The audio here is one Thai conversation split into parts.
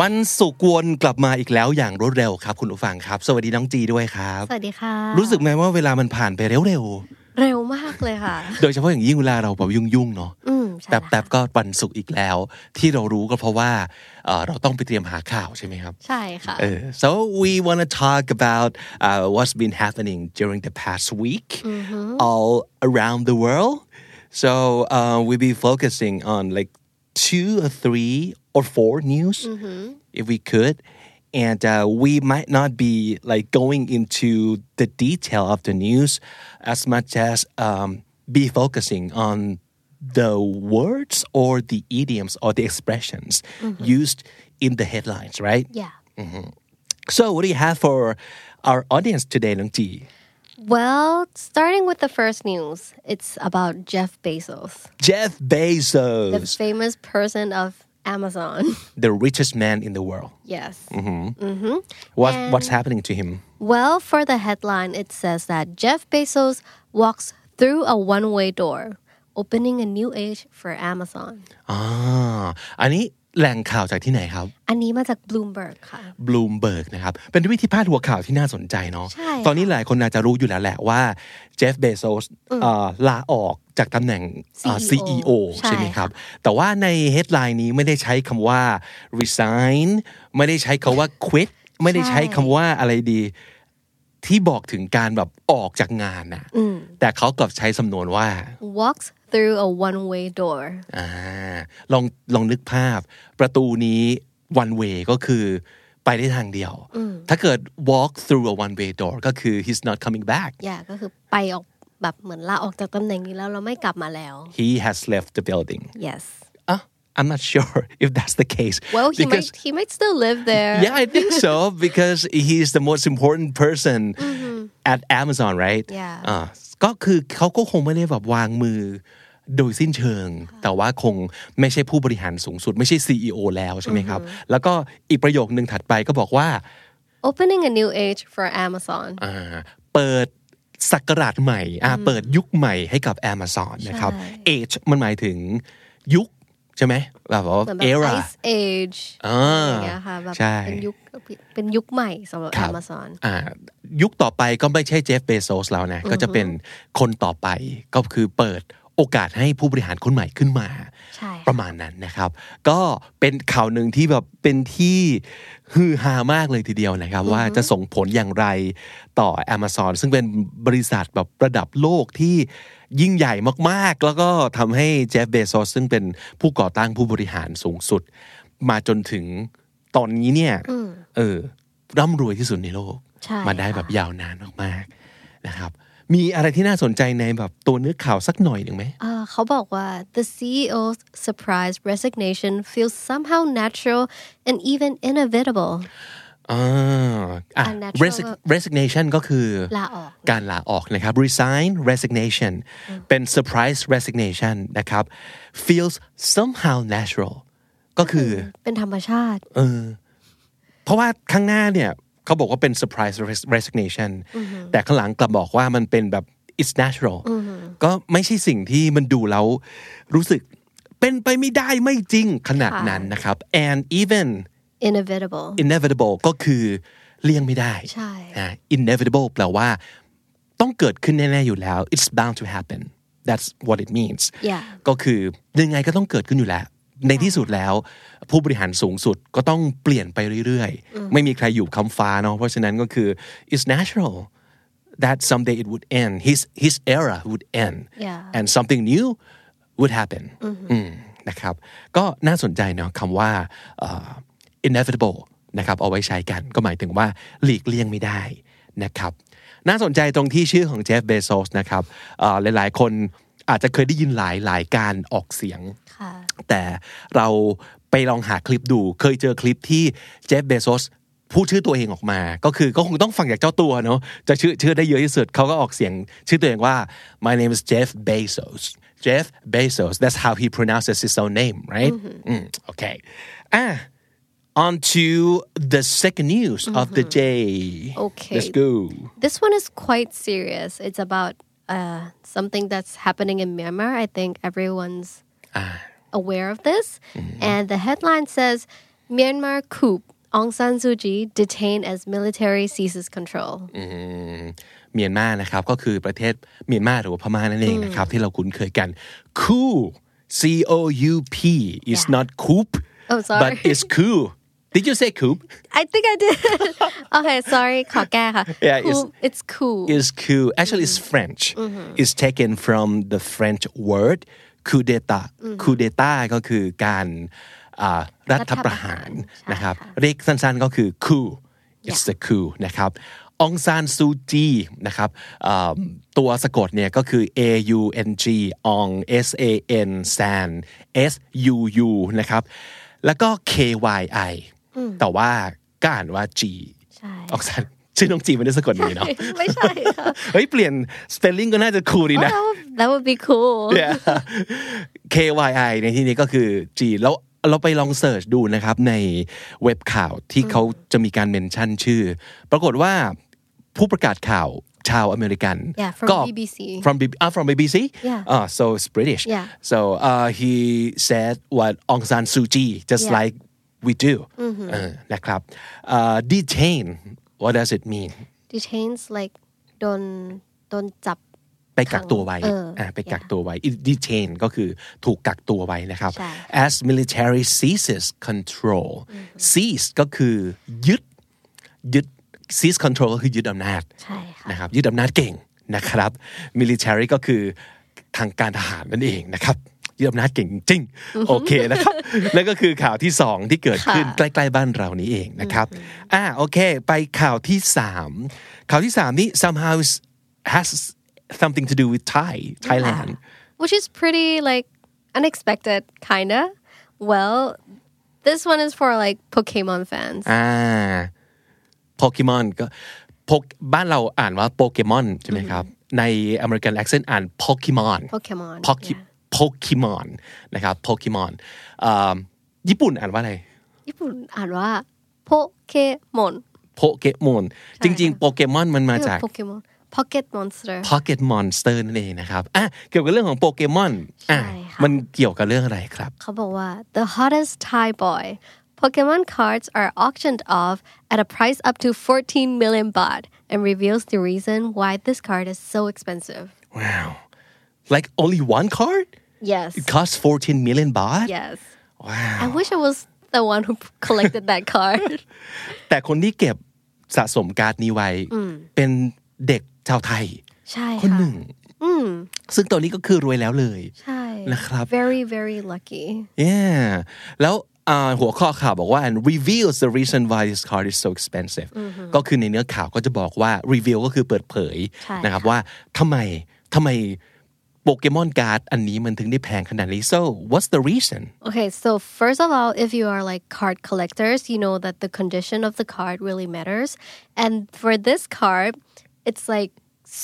วันสุกร์วนกลับมาอีกแล้วอย่างรวดเร็วครับ คุณผู้ฟังครับ สวัสดีน้องจีด้วยครับ สวัสดีค่ะ รู้สึกไหมว่าเวลามันผ่านไปเร็ว เร็วมากเลยค่ะ ๆ โดยเฉพาะอย่างยิ่งเวลาเราแบบยุ่งๆเนาะ อืมใช่ แต่ ละ แต่ก็วันศุกร์อีกแล้ว ที่เรารู้ก็เพราะว่าเอ่อเราต้องไปเตรียมหาข่าวใช่ไหมครับ ใช่ค่ะ เออ Uh, so we want to talk about uh, what's been happening during the past week all around the world so uh, we'll be focusing on like two or three or four news if we could and uh, we might not be like going into the detail of the news as much as um, be focusing on the words or the idioms or the expressions used in the headlines, right? yeah So, what do you have for our audience today, Nung Ji? well starting with the first news it's about Jeff Bezos Jeff the Bezos, famous person of Amazon the richest man in the world. yes Mm-hmm. What, what's happening to him? well for the headline it says that Jeff Bezos walks through a one-way door opening a new age for Amazon อ่า Ah, อันนี้แหล่งข่าวจากที่ไหนครับ อันนี้มาจาก Bloomberg ค่ะ บลูมเบิร์กนะครับ เป็นวิธีพาดหัวข่าวที่น่าสนใจเนาะ ใช่ค่ะ ตอนนี้หลายคนอาจจะรู้อยู่แล้วแหละว่าเจฟเบโซสลาออกจากตำแหน่งอ่า CEO CEO ใช่ ใช่ไหมครับ แต่ว่าในเฮดไลน์นี้ไม่ได้ใช้คำว่า resign ไม่ได้ใช้คำว่า quit ไม่ได้ใช้คำว่าอะไรดี ที่บอกถึงการแบบออกจากงานนะแต่เขากลับใช้สำนวนว่า walks through a one-way door อ่าลองลองนึกภาพ ประตูนี้ one way ก็คือไปได้ทางเดียว ถ้าเกิด walk through a one way door ก็คือ he's not coming back อย่าก็คือไปออกแบบเหมือนลาออกจากตำแหน่งนี้แล้วเราไม่กลับมาแล้ว he has left the building yes อ่ะ I'm not sure if that's the case well he because might he might still live there yeah I think so because he's the most important person at Amazon right Yeah. อ่าก็คือเขาก็คงไม่ได้แบบวางมือโดยสิ้นเชิง แต่ว่าคงไม่ใช่ผู้บริหารสูงสุด ไม่ใช่ CEO แล้วใช่ไหมครับ แล้วก็อีกประโยคนึงถัดไปก็บอกว่า opening a new age for Amazon อ่าเปิดศักราชใหม่อ่าเปิดยุคใหม่ให้กับ Amazon นะครับ age มันหมายถึงยุคใช่ไหมแบบว่า เหมือนแบบ era Ah, ice age อ่า ย่างเงี้ยค่ะแบบ ใช่ เป็นยุคเป็นยุคใหม่สำหรับ ครับ Amazon อ่ายุคต่อไปก็ไม่ใช่เจฟเบโซสแล้วนะ ก็จะเป็นคนต่อไปก็คือเปิดโอกาสให้ผู้บริหารคนใหม่ขึ้นมา ใช่ ประมาณนั้นนะครับ ก็เป็นข่าวหนึ่งที่แบบเป็นที่ฮือฮามากเลยทีเดียวนะครับ ว่าจะส่งผลอย่างไรต่อ Amazon ซึ่งเป็นบริษัทแบบระดับโลกที่ยิ่งใหญ่มากๆ แล้วก็ทำให้เจฟเบโซสซึ่งเป็นผู้ก่อตั้งผู้บริหารสูงสุด มาจนถึงตอนนี้เนี่ยเออร่ำรวยที่สุดในโลก ใช่ มาได้แบบ ค่ะ ยาวนานมากๆนะครับ มีอะไรที่น่าสนใจในแบบตัวเนื้อข่าวสักหน่อยหนึ่งไหม เอ่อเขาบอกว่า the CEO's surprise resignation feels somehow natural and even inevitable อ่าอ่ะ Unnatural Resig- resignation ก็คือ ลาออก การลาออกนะครับ resign resignation เป็น surprise resignation นะครับ feels somehow natural ก็คือ เป็นธรรมชาติ เออเพราะว่าข้างหน้าเนี่ยเขาบอกว่าเป็น surprise res- resignation แต่ข้างหลังกลับบอกว่ามันเป็นแบบ it's natural ก็ไม่ใช่สิ่งที่มันดูแล้วรู้สึกเป็นไปไม่ได้ไม่จริงขนาดนั้นนะครับ and even inevitable inevitable ก็คือเลี่ยงไม่ได้ ใช่ นะ inevitable แปลว่า ต้องเกิดขึ้นแน่ ๆ อยู่แล้ว it's bound to happen that's what it means Yeah ก็คือยังไงก็ต้องเกิดขึ้นอยู่แล้ว ในที่สุดแล้ว ผู้บริหารสูงสุดก็ต้องเปลี่ยนไปเรื่อย ๆ ไม่มีใครอยู่คำฟ้าเนาะเพราะฉะนั้นก็คือ it's natural that someday it would end his his era would end Yeah. and something new would happen อืมนะครับ ก็น่าสนใจเนาะคำว่าเอ่อ inevitable นะครับ เอาไว้ใช้กัน ก็หมายถึงว่าหลีกเลี่ยงไม่ได้นะครับ น่าสนใจตรงที่ชื่อของเจฟเบโซสนะครับเอ่อหลายๆ คนอาจจะเคยได้ยินหลายหลายการออกเสียง ค่ะ แต่เราไปลองหาคลิปดู เคยเจอคลิปที่เจฟเบโซส พูดชื่อตัวเองออกมา ก็คือก็คงต้องฟังจากเจ้าตัวเนาะจะชื่อชื่อได้เยอะที่สุดเขาก็ออกเสียงชื่อตัวเองว่า my name is Jeff Bezos Jeff Bezos that's how he pronounces his own name right อืม okay อ่ะ on to the second news of the day Okay. let's go This one is quite serious. It's about uh, something that's happening in Myanmar. I think everyone's Ah. aware of this. Mm-hmm. And the headline says Myanmar coup. Aung San Suu Kyi detained as military seizes control. Mm. เมียนมานะครับก็คือประเทศเมียนมาหรือว่าพม่านั่นเองนะครับ ที่เราคุ้นเคยกัน coup c o u p is not coup Oh, sorry. but it's coup did you say coup I think I did. okay, sorry. ขอแก้ค่ะ Yeah, it's- Coup- it's cool. is coup actually it's French it's taken from the French word coup d'état coup d'état ก็คือการอ่ารัฐประหารนะครับเรียกสั้นๆก็คือ coup it's the coup นะครับองซานซูจีนะครับอ่าตัวสะกดเนี่ยก็คือ A U N G อง S A N san S U U นะครับแล้วก็ K Y I แต่ว่าก็อ่านว่า G ใช่ องซานชื่อน้องจีไม่ได้สะกดอย่างนี้เนาะ ไม่ใช่ค่ะ เฮ้ยเปลี่ยน spelling ก็น่าจะคูลดีนะ Oh, that, would, that would be cool. Yeah. KYI ในที่นี้ก็คือจีนแล้วเราไปลองเสิร์ชดูนะครับ ในเว็บข่าวที่เขาจะมีการเมนชั่นชื่อ ปรากฏว่าผู้ประกาศข่าวชาวอเมริกัน Yeah, from ก็ BBC from B- ah, from BBC Yeah. Ah, so it's British Yeah. so uh, he said what Aung San Suu Kyi just Yeah. like we do เออนะครับ Uh, detain what does it mean Detains like โดนโดนจับ ไปกักตัวไว้ เอออ่ าไปกักตัวไว้ It detain ก็คือถูกกักตัวไว้นะครับ ใช่ as military seizes control seize ก็คือยึดยึด seize control ก็คือยึดอำนาจ ใช่ค่ะ นะครับยึดอำนาจเก่งนะครับ military ก็คือทางการทหารนั่นเองนะครับยึดอำนาจเก่งจริงโอเคนะครับแล้วก็คือข่าวที่สองที่เกิดขึ้น ใกล้ๆบ้านเรานี้เองนะครับอ่าโอเค ไปข่าวที่สามข่าวที่สามนี้ somehow has something to do with Thai Thailand which is pretty like unexpected kinda well this one is for like pokemon fans อ่าโปเกมอนก็โปเกบ้านเราอ่านว่าโปเกมอนใช่ไหมครับ ในอเมริกันแอคเซนต์อ่านโปเกมอน pokemon โปเกโปเกมอนนะครับโปเกมอนญี่ปุ่นอ่านว่าอะไร yeah. ญี่ปุ่นอ่านว่า pokemon โปเกมอนจริง ๆ โปเกมอนมันมาจาก pokemon pocket monster Pocket Monster นั่นเองนะครับอ่ะเกี่ยวกับเรื่องของโปเกมอนอ่ะ ใช่ค่ะ มันเกี่ยวกับเรื่องอะไรครับ เขาบอกว่า the hottest Thai boy Pokemon cards are auctioned off at a price up to 14 million baht and reveals the reason why this card is so expensive. wow like only one card Yes. it costs 14 million baht Yes. wow I wish I was the one who collected that card. แต่คนที่เก็บสะสมการ์ดนี้ไว้ เป็นเด็กชาวไทย ใช่ค่ะ ซึ่งตัวนี้ก็คือรวยแล้วเลย ใช่ นะครับ very very lucky yeah แล้วอ่าหัวข้อข่าวบอกว่า and reveals the reason why this card is so expensive ก็คือในเนื้อข่าวก็จะบอกว่า reveal ก็คือเปิดเผย ใช่ นะครับว่าทำไมทำไมโปเกมอนการ์ดอันนี้มันถึงได้แพงขนาดนี้ so what's the reason okay so first of all if you are like card collectors you know that the condition of the card really matters and for this card it's like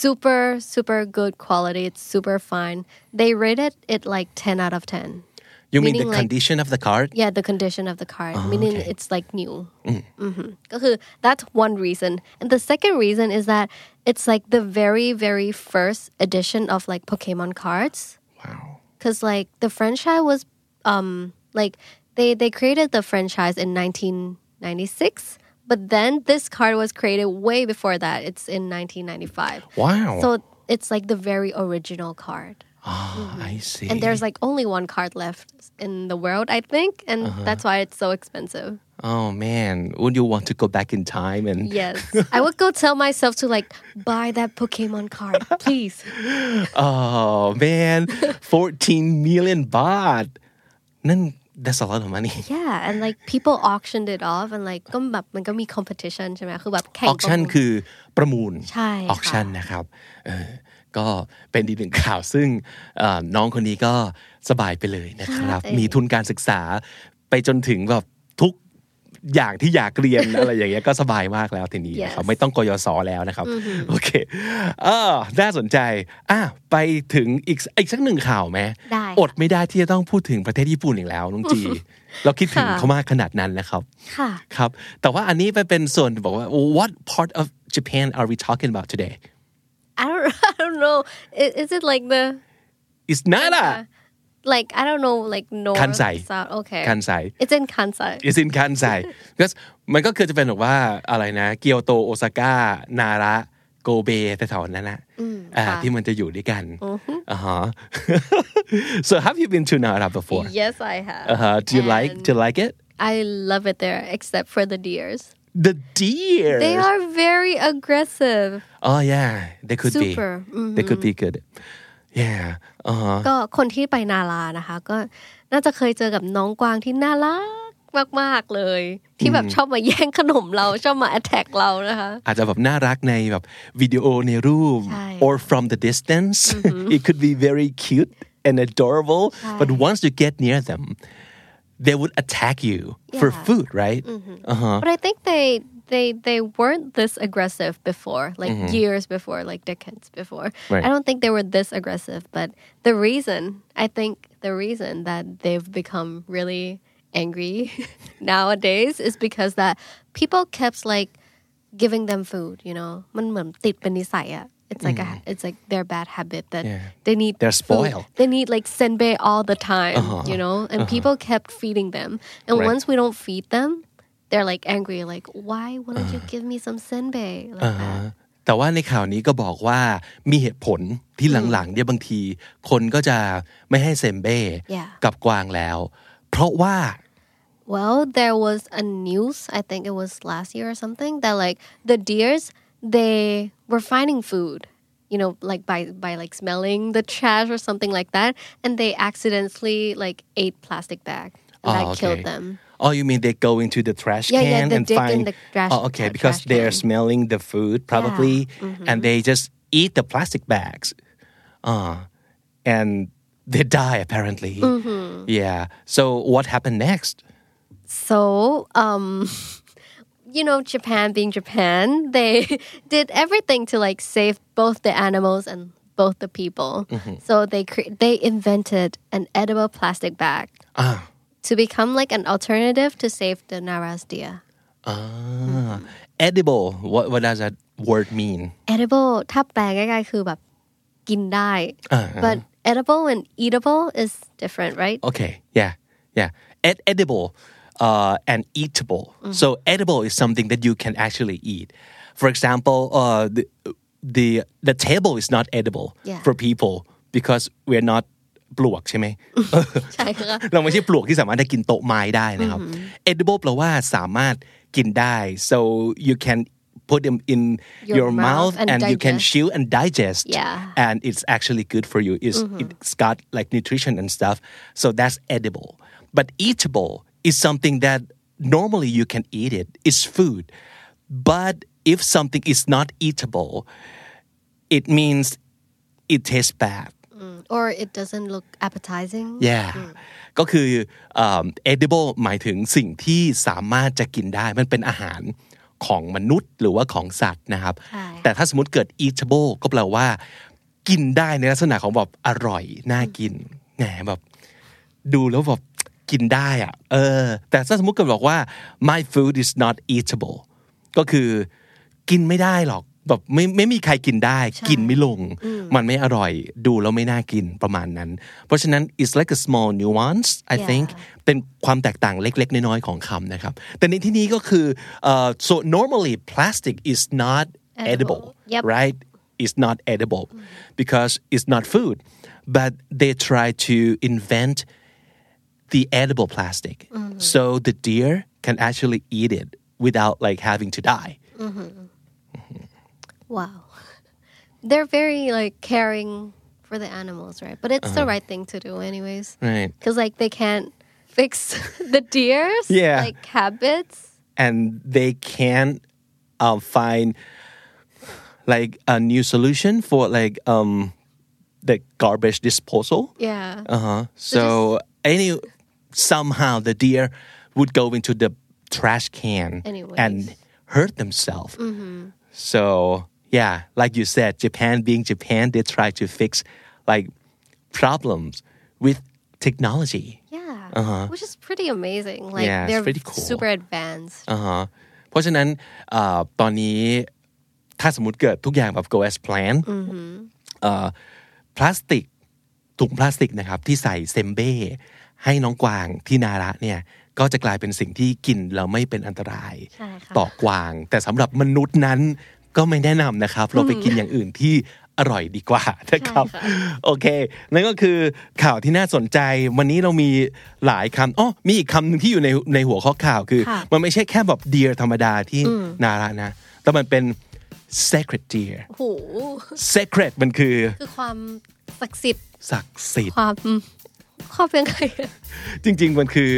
super super good quality it's super fine they rated it like 10 out of 10 you mean the Meaning like- condition of the card yeah the condition of the card Ah, meaning it's like new Mm. Mhm. ก็คือ that's one reason and the second reason is that it's like the very very first edition of like pokemon cards wow because like the franchise was um like they they created the franchise in 1996 but then this card was created way before that it's in 1995 wow so it's like the very original card I see and there's like only one card left in the world i think and Uh-huh. that's why it's so expensive Oh man, would you want to go back in time and yes i would go tell myself to like buy that pokemon card please oh man, 14 million baht. Then that's a lot of money. yeah and like people auctioned it off and like ก็แบบมันก็มี competition ใช่ไหมคือแบบแข่ง auction คือประมูล ใช่ค่ะ auction นะครับเออก็เป็นอีกหนึ่งข่าวซึ่งเอ่อน้องคนนี้ก็สบายไปเลยนะครับ ใช่ มีทุนการศึกษาไปจนถึงแบบทุก อย่างที่อยากเรียน อะไรอย่างเงี้ยก็สบายมากแล้วทีนี้นะครับ Yes ไม่ต้องกยศแล้วนะครับ โอเคเออน่าสนใจอ่ะไปถึงอีกอีกสักหนึ่งข่าวไหม ได้ค่ะ อดไม่ได้ที่จะต้องพูดถึงประเทศญี่ปุ่นอีกแล้วน้อง จี เราคิดถึงเขามากขนาดนั้นนะครับ ค่ะ ครับ แต่ว่าอันนี้มันเป็นส่วนบอกว่า what part of Japan are we talking about today I don't I don't know is, is it like the uh, it's nada like I don't know like north Kansai. south okay Kansai it's in Kansai it's in Kansai because มันก็คือจะเป็นแบบว่าอะไรนะ เกียวโต โอซาก้า นาระ โกเบแถวๆนั้นนะอ่า ค่ะ ที่มันจะอยู่ด้วยกันอ่าฮะ so have you been to Nara before yes I have อ่าฮะ Uh-huh. do you like do you like it I love it there except for the deers the deer they are very aggressive oh yeah they could be Super. they could be good yeah อ่าฮะ ก็คนที่ไปนารานะคะ ก็น่าจะเคยเจอกับน้องกวางที่น่ารักมาก ๆ เลย ที่แบบชอบมาแย่งขนมเรา ชอบมา attack เรานะคะ อาจจะแบบน่ารักในแบบวิดีโอในรูป ใช่ or from the distance it could be very cute and adorable but once you get near them they would attack you for Yeah. food right Uh-huh. but I think they they they weren't this aggressive before, like years before, like decades before. Mm-hmm. Right. I don't think they were this aggressive, but the reason I think the reason that they've become really angry nowadays is because that people kept like giving them food. You know, มันเหมือนติดเป็นนิสัยอะ It's like a, it's like their bad habit that they need. Mm-hmm. They're food. spoiled. They need like senbei all the time, you know. And people kept feeding them, and Uh-huh. Right. once we don't feed them, they're like angry, like, why wouldn't Uh-huh. you give me some senbei? Like that. แต่ว่าในข่าวนี้ก็บอกว่ามีเหตุผลที่หลังๆเนี่ยบางที คนก็จะไม่ให้เซมเบ้ Yeah. กับกวางแล้ว เพราะว่า Well, there was a news, I think it was last year or something, that like the deers, they were finding food, you know, like by, by like smelling the trash or something like that. And they accidentally like ate plastic bag. And that Oh, okay. killed them. Oh, you mean they go into the trash Yeah, yeah, can they and dig in find the trash- Oh, okay, uh, because trash they're can. Mm-hmm. smelling the food probably, and they just eat the plastic bags, uh, and they die apparently. Mm-hmm. Yeah. So what happened next? So, um, you know, Japan being Japan, they did everything to like save both the animals and both the people. So they cre- they invented an edible plastic bag to become like an alternative to save the Naras deer. Mm-hmm. Uh, edible. What what does that word mean? Edible ถ้าแปลง่ายๆคือแบบกินได้ but edible and eatable is different, right? Okay. Yeah. Yeah. Ed- edible uh, and eatable. Mm-hmm. So edible is something that you can actually eat. For example, uh, the, the the table is not edible Yeah. for people because we're not ปลวกใช่ไหม ใช่ค่ะ เราไม่ใช่ปลวกที่สามารถจะกินโต๊ะไม้ได้นะครับ edible แปลว่าสามารถกินได้ so you can put them in your, Your mouth mouth and you can digest. chew and digest Yeah. and it's actually good for you it's, it's got like nutrition and stuff so that's edible but eatable is something that normally you can eat it it's food but if something is not eatable it means it tastes bad or it doesn't look appetizing. yeah ก็คือเอิ่ม edible หมายถึงสิ่งที่สามารถจะกินได้ มันเป็นอาหารของมนุษย์หรือว่าของสัตว์นะครับ ใช่ แต่ถ้าสมมติเกิด eatable ก็แปลว่า กินได้ในลักษณะของแบบอร่อย น่ากินแหมแบบ ดูแล้วแบบกินได้อะเออ แต่ถ้าสมมติเกิดบอกว่า my food is not eatable ก็คือกินไม่ได้หรอกแบบไม่ไม่มีใครกินได้ กินไม่ลง มันไม่อร่อย ดูแล้วไม่น่ากินประมาณนั้น เพราะฉะนั้น it's like a small nuance I think เป็นความแตกต่างเล็ก ๆ น้อย ๆ ของคำนะครับ แต่ในที่นี้ก็คือเอ่อ so normally plastic is not edible, Edible. Yep. right it's not edible because it's not food but they try to invent the edible plastic so the deer can actually eat it without like having to die Wow. They're very like caring for the animals, right? But it's the Uh-huh. right thing to do anyways. right Cuz like they can't fix the deers Yeah. like habits. and they can um, find like a new solution for like um the garbage disposal Yeah. uh-huh so any somehow the deer would go into the trash can Anyways. and hurt themselves. So yeah, like you said, Japan being Japan, they try to fix like problems with technology. Yeah, which is pretty amazing. Like Uh-huh. Yeah, it's they're pretty cool. super advanced. อ่าฮะ Uh-huh. เพราะฉะนั้นเอ่อตอนนี้ถ้าสมมติเกิดทุกอย่างแบบ go as planned เอ่อพลาสติกถุงพลาสติกนะครับที่ใส่เซมเบ้ให้น้องกวางที่นาระเนี่ยก็จะกลายเป็นสิ่งที่กินเราไม่เป็นอันตราย ใช่ค่ะ ต่อกวาง แต่สำหรับมนุษย์นั้นก็ไม่แนะนำนะครับ เราไปกินอย่างอื่นที่อร่อยดีกว่านะครับ โอเค นั่นก็คือข่าวที่น่าสนใจ วันนี้เรามีหลายคำอ๋อมีอีกคำหนึ่งที่อยู่ในในหัวข้อข่าวคือ ค่ะ มันไม่ใช่แค่แบบ deer ธรรมดาที่นาระนะ แต่มันเป็น sacred deer โอ้โห sacred มันคือ คือความศักดิ์สิทธิ์ ศักดิ์สิทธิ์ ความความ เป็นใคร จริง ๆ มันคือ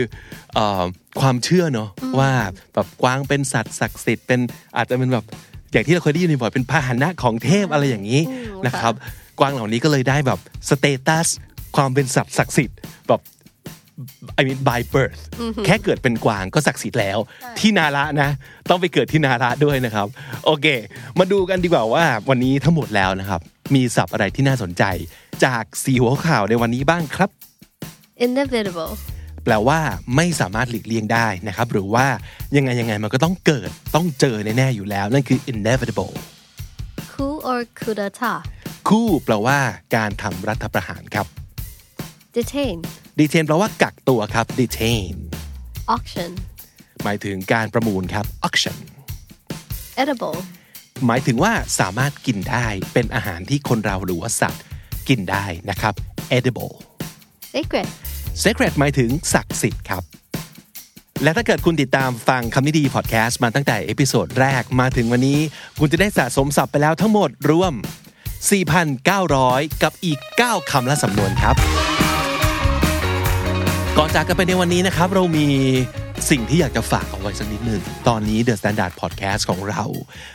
เอ่อความเชื่อเนอะว่าแบบกวางเป็นสัตว์ศักดิ์สิทธิ์เป็นอาจจะเป็นแบบอย่างที่เราเคยได้ยินบ่อยๆเป็นพาหนะของเทพอะไรอย่างนี้นะครับ กวางเหล่านี้ก็เลยได้แบบสเตตัสความเป็นสัตว์ศักดิ์สิทธิ์แบบ I mean by birth แค่เกิดเป็นกวางก็ศักดิ์สิทธิ์แล้ว ที่นาระนะ ต้องไปเกิดที่นาระด้วยนะครับ โอเค มาดูกันดีกว่าว่าวันนี้ทั้งหมดแล้วนะครับ มีศัพท์อะไรที่น่าสนใจ จากสีหัวข่าวในวันนี้บ้างครับ inevitable แปลว่าไม่สามารถหลีกเลี่ยงได้นะครับ หรือว่ายังไงยังไงมันก็ต้องเกิดต้องเจอแน่ๆอยู่แล้ว นั่นคือ inevitable coup or coup d'etat คู่แปลว่าการทำรัฐประหารครับ detain detain แปลว่ากักตัวครับ detain auction หมายถึงการประมูลครับ auction edible หมายถึงว่าสามารถกินได้เป็นอาหารที่คนเราหรือว่าสัตว์กินได้นะครับ edible sacred Sacred หมายถึงศักดิ์สิทธิ์ครับ และถ้าเกิดคุณติดตามฟังคำนิดีพอดแคสต์มาตั้งแต่เอพิโซดแรกมาถึงวันนี้ คุณจะได้สะสมศัพท์ไปแล้วทั้งหมดรวม 4,900 กับอีก 9 คำและสำนวนครับ ก่อนจากกันไปในวันนี้นะครับ เรามีสิ่งที่อยากจะฝากเอาไว้สักนิดหนึ่ง ตอนนี้ The Standard Podcast ของเรา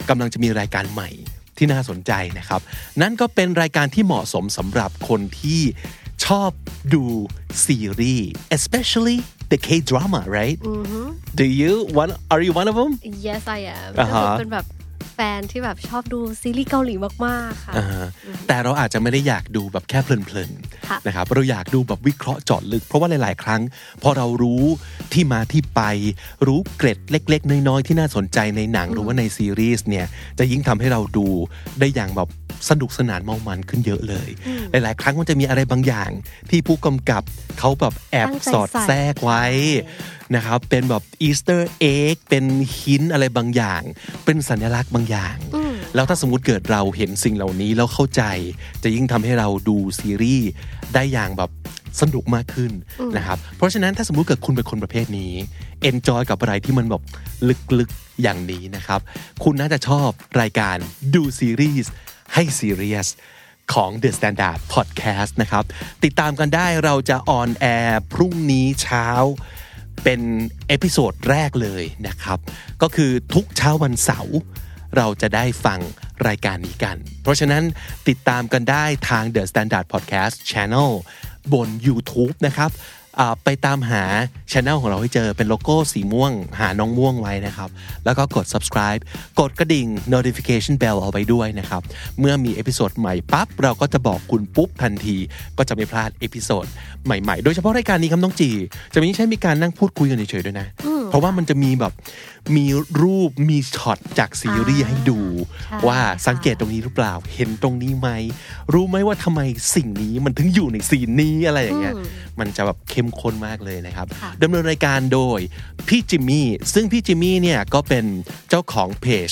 กำลังจะมีรายการใหม่ที่น่าสนใจนะครับ นั่นก็เป็นรายการที่เหมาะสมสำหรับคนที่ชอบดูซีรีส์ especially the K drama right do you one are you one of them yes I am อ่าฮะ ก็คือเป็นแบบแฟนที่แบบชอบดูซีรีส์เกาหลีมากๆค่ะ อ่าฮะแต่เราอาจจะไม่ได้อยากดูแบบแค่เพลิน ค่ะ ๆนะครับเราอยากดูแบบวิเคราะห์เจาะลึก เพราะว่าหลาย ๆ ครั้ง พอเรารู้ที่มาที่ไป รู้เกร็ดเล็ก ๆ น้อย ๆ ที่น่าสนใจในหนังหรือว่าในซีรีส์เนี่ยจะยิ่งทำให้เราดูได้อย่างแบบสนุกสนานเมามันขึ้นเยอะเลย หลาย ๆ ครั้งมันจะมีอะไรบางอย่าง ที่ผู้กำกับเขาแบบแอบสอดแทรกไว้ นะครับเป็นแบบอีสเตอร์เอ็กเป็นหินอะไรบางอย่าง เป็นสัญลักษณ์บางอย่าง แล้วถ้าสมมติเกิดเราเห็นสิ่งเหล่านี้แล้วเข้าใจ จะยิ่งทำให้เราดูซีรีส์ได้อย่างแบบสนุกมากขึ้นนะครับเพราะฉะนั้นถ้าสมมุติเกิดคุณเป็นคนประเภทนี้ enjoy กับอะไรที่มันแบบลึกๆอย่างนี้นะครับ คุณน่าจะชอบรายการดูซีรีส์ให้ซีเรียส ของ The Standard Podcast นะครับ ติดตามกันได้เราจะออนแอร์พรุ่งนี้เช้า เป็นเอพิโซดแรกเลยนะครับ ก็คือทุกเช้าวันเสาร์เราจะได้ฟังรายการนี้กัน เพราะฉะนั้นติดตามกันได้ทาง The Standard Podcast Channel บน YouTube นะครับอ่าไปตามหาช anel ของเราให้เจอเป็นโลโก้สีม่วง หาน้องม่วงไว้นะครับ แล้วก็กด subscribe กดกระดิ่ง notification bell เอาไว้ด้วยนะครับ เมื่อมีเอพิโซดใหม่ปั๊บ เราก็จะบอกคุณปุ๊บทันที ก็จะไม่พลาดเอพิโซดใหม่ๆ โดยเฉพาะรายการนี้ครับน้องจี จะไม่ใช่มีการนั่งพูดคุยกันเฉยๆด้วยนะ เพราะว่ามันจะมีแบบมีรูปมีช็อตจากซีรีส์ให้ดู ว่าสังเกตตรงนี้หรือเปล่าเห็นตรงนี้ไหม รู้ไหมว่าทำไมสิ่งนี้มันถึงอยู่ในซีนนี้อะไรอย่างเงี้ย มันจะแบบเข้มข้นมากเลยนะครับดำเนินรายการโดยพี่จิมมี่ซึ่งพี่จิมมี่เนี่ยก็เป็นเจ้าของเพจ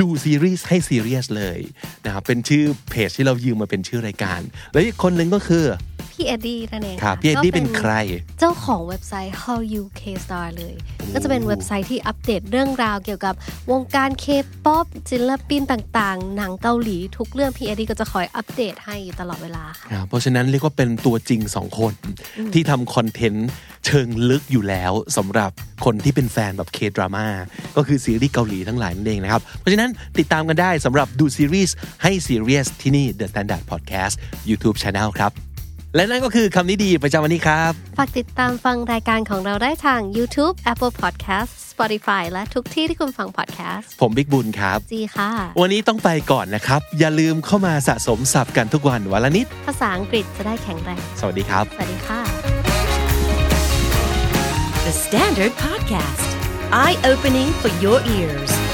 ดูซีรีส์ให้ซีเรียสเลยนะครับเป็นชื่อเพจที่เรายืมมาเป็นชื่อรายการ แล้วอีกคนหนึ่งก็คือ พี่เอ็ดดี้นั่นเอง ครับพี่เอ็ดดี้ ก็ เป็นใคร เจ้าของเว็บไซต์ How You K Star เลย ก็จะเป็นเว็บไซต์ที่อัปเดตเรื่องราวเกี่ยวกับวงการ K-POP ศิลปินต่างๆ หนังเกาหลีทุกเรื่องพี่เอดีก็จะคอยอัปเดตให้อยู่ตลอดเวลาค่ะ อ่าเพราะฉะนั้นเรียกว่าเป็นตัวจริงสองคน ที่ทำคอนเทนต์เชิงลึกอยู่แล้วสำหรับคนที่เป็นแฟนแบบเคดราม่าก็คือซีรีส์เกาหลีทั้งหลายนั่นเองนะครับ เพราะฉะนั้นติดตามกันได้สำหรับดูซีรีส์ให้ซีเรียสที่นี่ The Standard Podcast YouTube Channel ครับ และนั่นก็คือคำนี้ดีประจำวันนี้ครับ ฝากติดตามฟังรายการของเราได้ทาง YouTube Apple Podcast Spotify และทุกที่ที่คุณฟัง podcast ผมบิ๊กบุญครับ จีค่ะ วันนี้ต้องไปก่อนนะครับ อย่าลืมเข้ามาสะสมศัพท์กันทุกวันวันละนิด ภาษาอังกฤษจะได้แข็งแรง สวัสดีครับ สวัสดีค่ะ The Standard Podcast, eye opening for your ears.